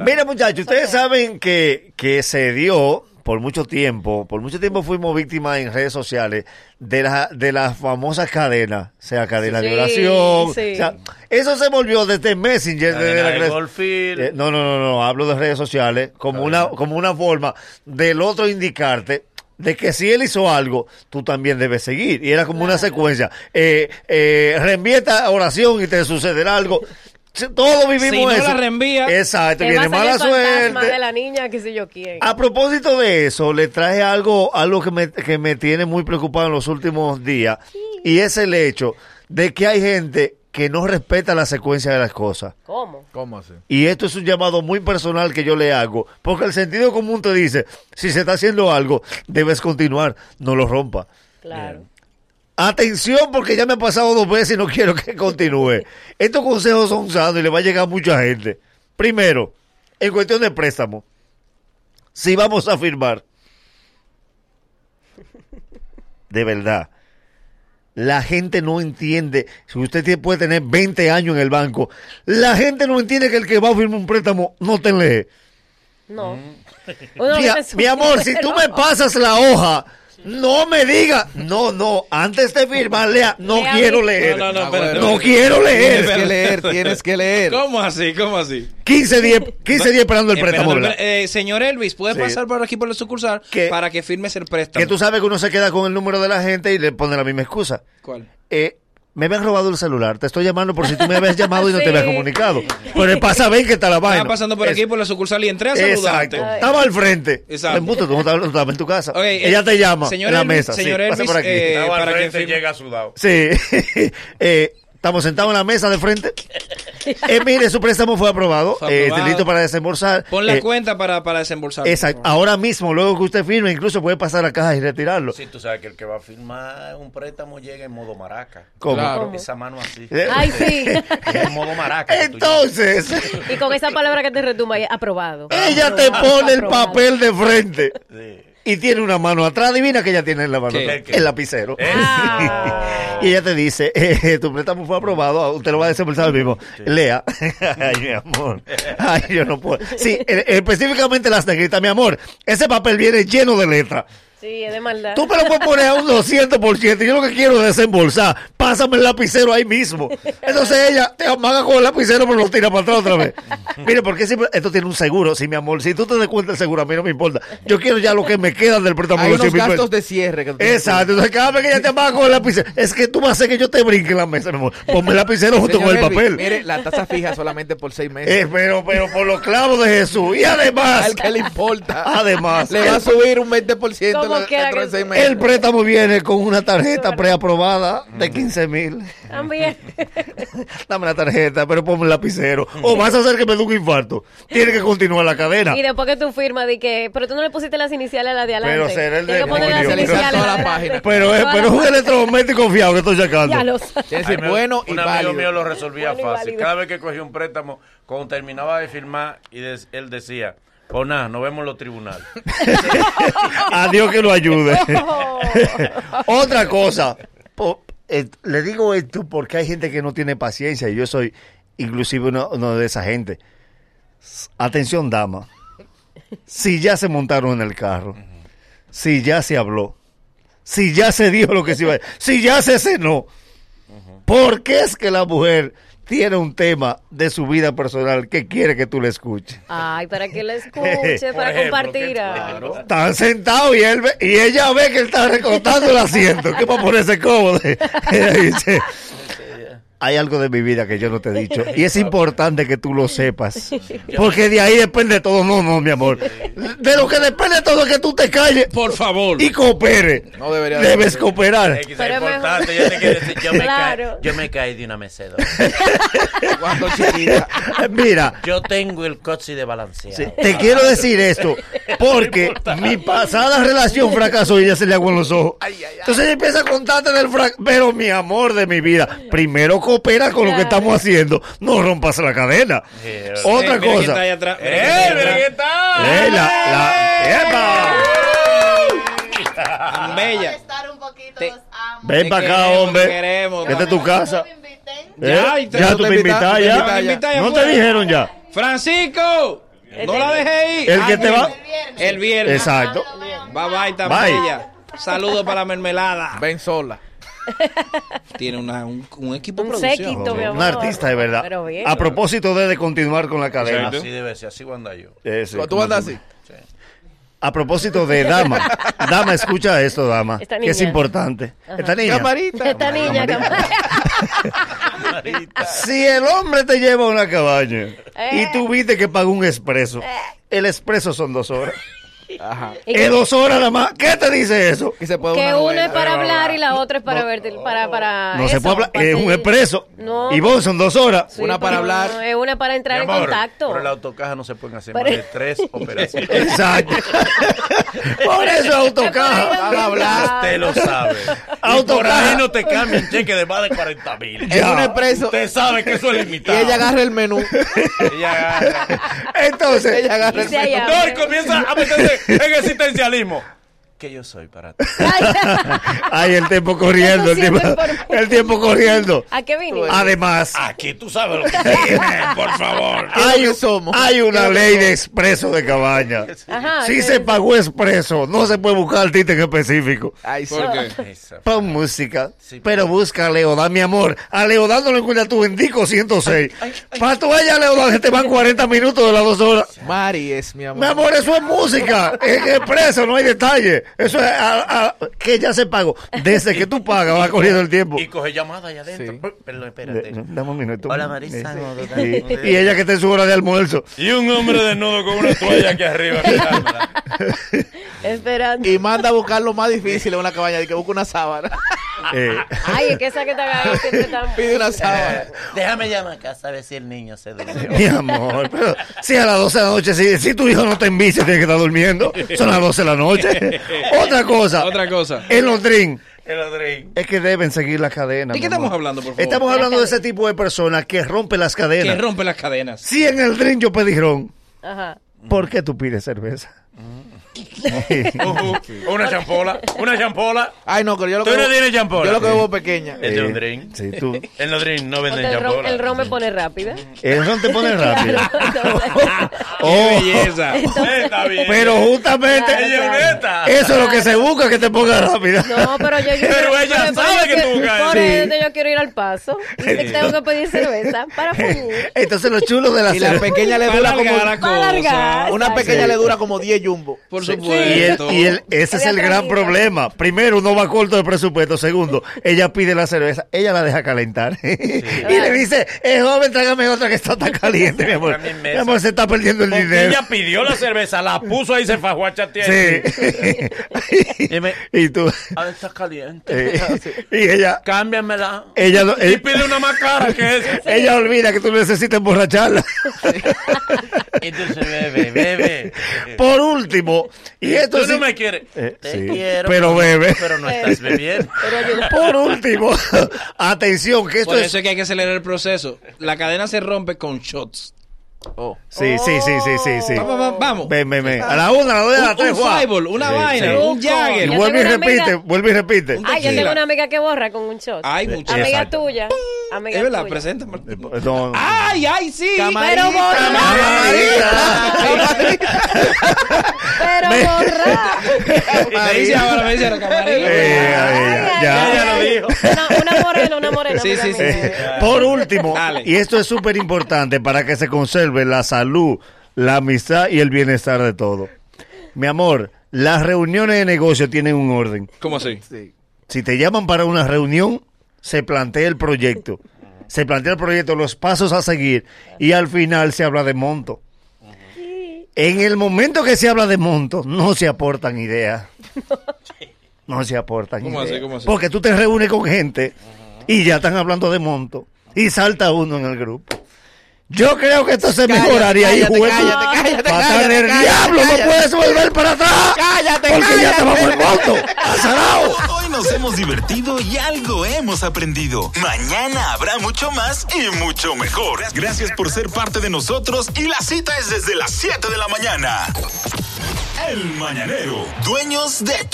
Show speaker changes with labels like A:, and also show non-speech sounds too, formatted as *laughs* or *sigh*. A: Mira, muchachos, ustedes saben que, que se dio por mucho tiempo, por mucho tiempo fuimos víctimas en redes sociales de, la, de las famosas cadenas, sea cadena de
B: Sí,
A: oración.
B: sí.
A: o sea, eso se volvió desde Messenger.
C: Cadena
A: desde la
C: de
A: cre-
C: Goldfield.
A: Eh, no, no, no, no, hablo de redes sociales como, una, como una forma del otro indicarte de que si él hizo algo, tú también debes seguir. Y era como una secuencia. Eh, eh, reenvía esta oración y te sucederá algo. Si- Todos vivimos
D: Si no
A: eso.
D: la reenvía,
A: Exacto,
B: Te va
A: viene
B: a salir
A: mala
B: el fantasma
A: suerte. Ah, pues,
B: de la niña, que sé yo quién.
A: A propósito de eso, le traje algo, algo que me, que me tiene muy preocupado en los últimos días. Y es el hecho de que hay gente que no respeta la secuencia de las cosas.
B: ¿Cómo?
C: ¿Cómo así?
A: Y esto es un llamado muy personal que yo le hago. Porque el sentido común te dice, si se está haciendo algo, debes continuar, no lo rompa.
B: Claro.
A: Atención, porque ya me ha pasado dos veces y no *laughs* quiero que continúe. Estos consejos son sanos y le va a llegar a mucha gente. Primero, en cuestión de préstamo, si vamos a firmar, de verdad, la gente no entiende, si usted tiene- puede tener 20 años en el banco, la gente no entiende que el que va a firmar un préstamo no te lee.
B: No. Uno
A: Mira,
B: ve su
A: mi amor, si tú me
B: número.
A: pasas la hoja, no me digas, no, no, antes de firmar, lea, no
B: Lea
A: quiero
B: bien.
A: leer. Ah,
D: No, no, no,
A: No,
D: espérate.
A: quiero
E: Tienes
A: leer.
E: que leer, tienes que leer.
D: ¿Cómo así? ¿Cómo así?
A: 15 días, 15 días esperando el préstamo,
D: Esperando el
A: ¿verdad?
D: pre- eh, señor Elvis, ¿puedes
A: Sí.
D: pasar por aquí por la sucursal
A: ¿Qué?
D: para que firmes el préstamo?
A: Que tú sabes que uno se queda con el número de la gente y le pone la misma excusa.
D: ¿Cuál?
A: Eh, me habían robado el celular, te estoy llamando por si tú me habías llamado y no te habías
B: *laughs* Sí.
A: comunicado. Pero pasa bien que está la vaina.
D: Estaba pasando por
A: Es-
D: aquí por la sucursal y entré a
A: Exacto.
D: saludarte.
A: Estaba al frente.
D: Exacto.
A: Embuste, tú no estabas, tú estabas en tu casa.
D: Ok, eh,
A: Ella te llama
D: señor
A: en la
D: Elvis,
A: mesa. sí,
D: señor
A: pasa
D: Elvis,
A: por aquí.
D: eh,
C: Estaba
D: para
C: al
D: que
C: frente
D: firme.
C: llega sudado.
A: Sí. *laughs* Eh, estamos sentados en la mesa de frente. Eh, mire, su préstamo fue aprobado.
D: Fue aprobado.
A: Eh, delito para desembolsar.
D: Pon la
A: Eh,
D: cuenta para, para desembolsar.
A: Exacto. Ahora mismo, luego que usted firme, incluso puede pasar a caja y retirarlo.
C: Sí, tú sabes que el que va a firmar un préstamo llega en modo maraca.
A: ¿Cómo?
E: Claro.
C: Esa mano así.
A: Eh,
B: Ay, sí.
A: *laughs*
C: En modo maraca. que tú *laughs*
A: Entonces,
B: Y con esa palabra que te retumba, ahí, aprobado.
A: ella te
B: Aprobado,
A: pone el
B: aprobado.
A: papel de frente
C: llegas. Sí.
A: y tiene una mano atrás. Adivina que ella tiene en la mano.
D: ¿Qué?
A: atrás.
C: ¿Qué?
A: El lapicero. *laughs*
B: Ah.
A: Y ella te dice, *laughs* eh, tu préstamo fue aprobado, ah, usted lo va a desembolsar el mismo. Lea. *laughs* Ay, mi amor. Ay, yo no puedo. Sí, eh, específicamente las negritas, mi amor. Ese papel viene lleno de letras.
B: Sí, es de maldad.
A: Tú me lo puedes poner a un 200%. Yo lo que quiero es desembolsar. Pásame el lapicero ahí mismo. Entonces ella te amaga con el lapicero, pero lo tira para atrás otra vez. Mire, porque siempre, esto tiene un seguro, sí, mi amor. Si tú te das cuenta el seguro, a mí no me importa. Yo quiero ya lo que me queda del préstamo.
E: Hay
A: de los
E: unos
A: 100.000 pesos.
E: gastos de cierre que tú tienes que-
A: Exacto, entonces cada vez que ella te va con el lapicero, es que tú vas a hacer que yo te brinque en la mesa, mi amor. Ponme el lapicero junto
E: Señor
A: con el
E: Elvis,
A: papel.
E: Mire, la tasa fija solamente por seis meses.
A: Eh, pero, pero por los clavos de Jesús. Y además,
E: Al que le importa.
A: Además,
E: le va a subir un 20%
B: Como
E: la-
B: quiera
E: dentro
B: que
E: de seis meses.
A: el préstamo viene con una tarjeta preaprobada
E: Mm.
A: de 15 mil.
B: También.
A: Dame la tarjeta, pero ponme el lapicero.
E: Mm.
A: O vas a hacer que me dé un infarto. Tiene que continuar la cadena.
B: Y después que tú firmas, di que. Pero tú no le pusiste las iniciales a la de adelante.
A: Pero será el
B: Tienes que
A: demonio,
B: poner las
A: pero-
B: iniciales
E: Toda la
B: adelante.
E: página.
A: Pero es
B: Toda
A: pero es
B: la *laughs*
A: un electrodoméstico fiable que estoy
B: página.
A: sacando.
B: Ya lo sabes.
E: Tiene que
C: Ay,
E: ser
C: me-
E: bueno y
C: un amigo
E: válido.
C: mío lo resolvía
B: Bueno y
C: fácil.
B: válido.
C: Cada vez que cogía un préstamo, cuando terminaba de firmar, y des- él decía, pues nada, nos vemos en los tribunales.
A: A Dios que lo ayude.
B: Oh.
A: Otra cosa. po- eh, le digo esto porque hay gente que no tiene paciencia y yo soy inclusive uno, uno de esa gente. S- Atención, dama. Si ya se montaron en el carro, si ya se habló, si ya se dijo lo que se iba a decir, si ya se cenó, ¿por qué es que la mujer tiene un tema de su vida personal que quiere que tú le escuches?
B: Ay, para que la
A: *laughs*
B: escuche,
C: Por
B: para
C: ejemplo,
B: compartir.
C: que-
B: ay.
C: claro.
A: Están sentados y él ve- y ella ve que él está recortando el asiento, que para ponerse
E: *laughs*
A: cómodo. Ella dice, hay algo de mi vida que yo no te he dicho y es importante que tú lo sepas, porque de ahí depende todo, no, no, mi amor. De lo que depende todo es que tú te calles
D: Por favor.
A: y cooperes.
E: No debería de-
A: Debes cooperar.
C: Eh, quizá
B: Pero
C: es
B: es
C: importante,
B: mejor.
C: yo te quiero decir, yo me,
B: Claro.
C: caí, yo me caí de una mecedora.
E: *laughs* Cuando chiquita.
A: *laughs* Mira,
C: Yo tengo el coche de balanceado.
A: sí, te quiero decir esto porque mi pasada relación fracasó y ella se le aguan los ojos. Entonces ella empieza a contarte del fracaso. Pero mi amor de mi vida, primero coopera con lo que estamos haciendo. No rompas la cadena.
C: Sí,
A: Otra
D: Eh, mira quién
A: cosa.
D: está ahí atrás, mira quién
C: ¡Eh,
D: está ahí
C: pero qué
D: atrás.
C: tal!
A: Eh, la- la- *laughs*
D: Tan bella.
F: estar un poquito,
D: Te-
F: los amo.
A: Ven
D: Te
A: para acá,
D: queremos, te
A: hombre.
D: queremos.
A: Esta es tu casa.
F: No me inviten.
A: Eh,
D: Ya, y te-
A: ya
D: no
A: tú
E: te
A: te
E: invita-
A: invitas
E: te
A: ya.
E: invita
D: ya.
A: No te dijeron ya.
D: Francisco, no la dejé ir.
A: El que te va-
D: El viernes.
A: Exacto.
D: Bye bye, tan
A: Bye.
D: bella. Saludos para la mermelada.
E: Ven sola.
D: Tiene una- un, un equipo de
B: Un
D: producción.
B: séquito, mi amor.
A: Un artista de
B: Pero
A: verdad.
B: bien.
A: A propósito de, de continuar con la cadena.
C: Así debe ser, así voy a andar yo.
A: Eh, sí.
E: Cuando tú andas así.
A: A propósito de
B: *laughs*
A: dama. Dama, escucha esto, dama.
B: Esta
A: Que es
B: niña.
A: importante. Esta niña.
E: Camarita.
B: Esta niña, camarada.
A: Si el hombre te lleva a una cabaña
B: Eh.
A: y tú viste que pagó un expreso, el expreso son dos horas.
E: Ajá.
B: Y
A: Es
B: que,
A: dos horas nada más. ¿Qué te dice eso?
E: Que se puede
B: que
E: una
B: una
E: novela.
B: es para hablar y la otra es para
A: No.
B: verte, para, para
A: No se
B: Ah, eso,
A: puede hablar.
B: para
A: Es un
B: seguir.
A: expreso.
B: No.
A: Y vos son dos horas.
B: Sí,
E: Una para
B: pero
E: hablar.
B: no, es una para entrar
C: Mi amor,
B: en contacto.
C: Pero en la autocaja no se pueden hacer
B: Pero-
C: más de
B: *laughs*
C: tres operaciones.
A: Exacto. Por eso autocaja.
E: Para hablar.
C: Usted lo sabe. Y
A: Autocaja.
C: por ahí no te cambia un cheque de más de 40 mil.
E: Es
A: Ya.
E: un expreso.
C: Usted sabe que eso es
E: Y
C: limitado.
E: ella agarra el menú.
C: Ella
B: *laughs*
C: agarra.
A: Entonces,
E: Ella agarra
B: Y
E: el
B: se
E: menú.
B: allá,
C: No, y
B: ¿eh?
C: comienza a meterse en existencialismo. Que yo soy para ti.
A: *laughs* Ay, el tiempo corriendo, el
B: Eso
A: tiempo,
B: siempre por mí.
A: el tiempo corriendo.
B: ¿A qué vine?
A: Ah, Además,
C: Aquí tú sabes lo que tienes, por favor.
E: es lo
A: hay,
E: que somos?
A: hay una
E: ¿Qué es lo que
A: ley de expreso de
E: *laughs*
A: cabaña.
B: Ajá,
A: Si
B: ¿qué
A: se
B: dice?
A: pagó expreso, no se puede buscar artista en específico.
E: Ay, sí.
D: ¿Por qué?
C: Esa.
A: Pon música,
C: Sí.
A: pero busca a Leodán, mi amor. A Leodán no le encuentras tu indico 106. Para tú vayas a Leodán, se te van 40 minutos de las dos horas.
E: Mari es mi amor.
A: Mi amor, eso es música. En expreso no hay detalle. Eso es a- a- que ya se pagó. Desde que tú pagas, va corriendo el tiempo.
C: Y coge llamada allá adentro.
E: Sí.
C: Per- Perdón, espérate.
A: Eh, Dame un minuto.
C: Hola, Marisa.
A: Eh,
C: No, no, no,
A: y,
C: no, no.
A: y ella que está en su hora de almuerzo.
C: Y un hombre desnudo con una toalla aquí arriba. mirándola.
B: Esperando.
E: Y manda a buscar lo más difícil en una cabaña. De que busca una sábana. *laughs*
A: Eh,
E: ah,
B: Ay, es que esa que te agarra siempre tan...
E: Pide una sábana.
C: Déjame llamar acá, a ver si el niño se
A: *laughs*
C: durmió.
A: mi amor, pero si a las 12 de la noche, si, si tu hijo no te envicia, tiene que estar durmiendo. Son las 12 de la
D: *laughs*
A: noche. Otra cosa.
D: Otra cosa.
A: En los drinks.
C: El Adrián.
A: Es que deben seguir las cadenas.
D: ¿De qué
A: mi amor.
D: estamos hablando, por favor?
A: Estamos hablando de ese tipo de personas que rompe las
D: Que
A: cadenas.
D: rompe las cadenas.
A: si en el drink yo pedí ron,
B: Ajá.
A: ¿por qué tú pides cerveza?
C: *laughs* Ujú, Una champola. Una champola.
E: Ay, no, pero yo lo
C: Tú
E: que.
C: no
E: bebo-
C: tienes champola.
E: Yo lo que bebo pequeña.
C: El de un drink.
A: Sí, tú.
C: El Adrián no vende
B: Porque el ron,
C: champola.
B: el ron me pone rápida.
A: El ron te pone
D: *laughs*
A: rápido.
D: ¡Qué
A: Oh,
D: belleza!
C: Está bien.
A: pero justamente
C: Ella es honesta.
A: Eso es lo que se busca, que te ponga rápida.
B: No,
A: *laughs*
B: pero yo... yo-
C: Pero ella
B: por
C: sabe
B: eso
C: que tú buscas
B: Por
A: eso.
B: eso yo quiero ir al paso. Y tengo que pedir cerveza
A: *laughs*
B: para fumar.
A: Eh, Entonces lo chulo de la
E: Y la
A: cerveza.
E: pequeña le
D: Para
E: dura
D: alargar
E: como.
D: la
B: Va a alargar.
D: cosa.
E: Una pequeña le dura como 10 jumbo.
D: Por
A: Y, el-
D: supuesto.
A: y el- ese es el gran problema. Primero, uno va corto de presupuesto. Segundo, ella pide la cerveza, ella la deja calentar. *laughs* y le dice, eh, joven, trágame otra que está tan caliente, mi amor.
C: Trágame en
A: Mi
C: mesa.
A: amor, se está perdiendo el
C: Porque
A: dinero.
C: ella pidió la cerveza, la puso ahí, se fajó a chatear.
A: Sí.
C: Dime.
A: *laughs* y tú.
C: Ah, está caliente.
A: eh,
C: *laughs*
A: y ella,
C: Cámbiamela.
A: ella, no-
C: Y
A: eh,
C: pide una más cara
A: *laughs*
C: que esa.
A: ella olvida que tú necesitas emborracharla.
C: Entonces bebe, bebe.
A: Por último, y esto
C: Tú
A: sí-
C: no me quieres.
A: Eh,
C: Te
A: sí,
C: quiero.
A: pero bebe.
C: Pero no
A: Eh.
C: estás bebiendo.
A: Por último, *laughs* atención, que esto
D: Por
A: es
D: eso es que hay que acelerar el proceso. La cadena se rompe con shots.
E: Oh.
A: Sí, sí, sí, sí, sí, sí.
D: Vamos, vamos, vamos.
A: Ven, ven, ven. A la una, a la dos, a la
D: Un,
A: tres,
D: un
A: Juan.
D: fireball, una
A: Sí,
D: vaina,
A: sí.
D: un
A: Y
D: jagger.
B: Yo
A: vuelve y
B: tengo una amiga-
A: repite, vuelve y repite.
D: Un
B: Ay, yo
D: Tequila.
B: tengo una amiga que borra con un shot.
D: Ay, muchacho.
B: Amiga
A: Exacto.
B: tuya. Amiga
D: Es verdad,
B: tuya.
D: presenta.
A: Eh, No,
D: ¡Ay, ay, sí!
E: Camarita,
B: Pero borra. Pero
A: Me-
B: borra.
D: Me dice ahora, me dice ahora, camarita.
A: *laughs* Eh, ay, ya.
C: Ya lo dijo.
B: Una, una morena, una morena.
D: Sí,
B: amiga
D: sí, sí,
B: mía.
D: sí.
A: Eh, Por último,
D: Dale.
A: y esto es súper importante para que se conserve la salud, la amistad y el bienestar de todo. Mi amor, las reuniones de negocio tienen un orden.
D: ¿Cómo así?
E: Sí.
A: Si te llaman para una reunión, se plantea el proyecto. Se plantea el proyecto, los pasos a seguir y al final se habla de monto. En el momento que se habla de monto, no se aportan ideas. No se aportan
D: ¿Cómo así?
A: ideas.
D: ¿Cómo así?
A: Porque tú te reúnes con gente y ya están hablando de monto y salta uno en el grupo. Yo creo que esto se
E: Cállate,
A: mejoraría y
E: cállate,
A: juego.
E: cállate, cállate,
A: Patada
E: cállate,
A: del
E: cállate,
A: diablo,
E: cállate.
A: no puedes volver para atrás.
E: Cállate,
A: porque ya te vamos
E: cállate.
A: el monto. ¡Azarao!
F: Hoy nos hemos divertido y algo hemos aprendido. Mañana habrá mucho más y mucho mejor. Gracias por ser parte de nosotros y la cita es desde las 7 de la mañana. El Mañanero, dueños de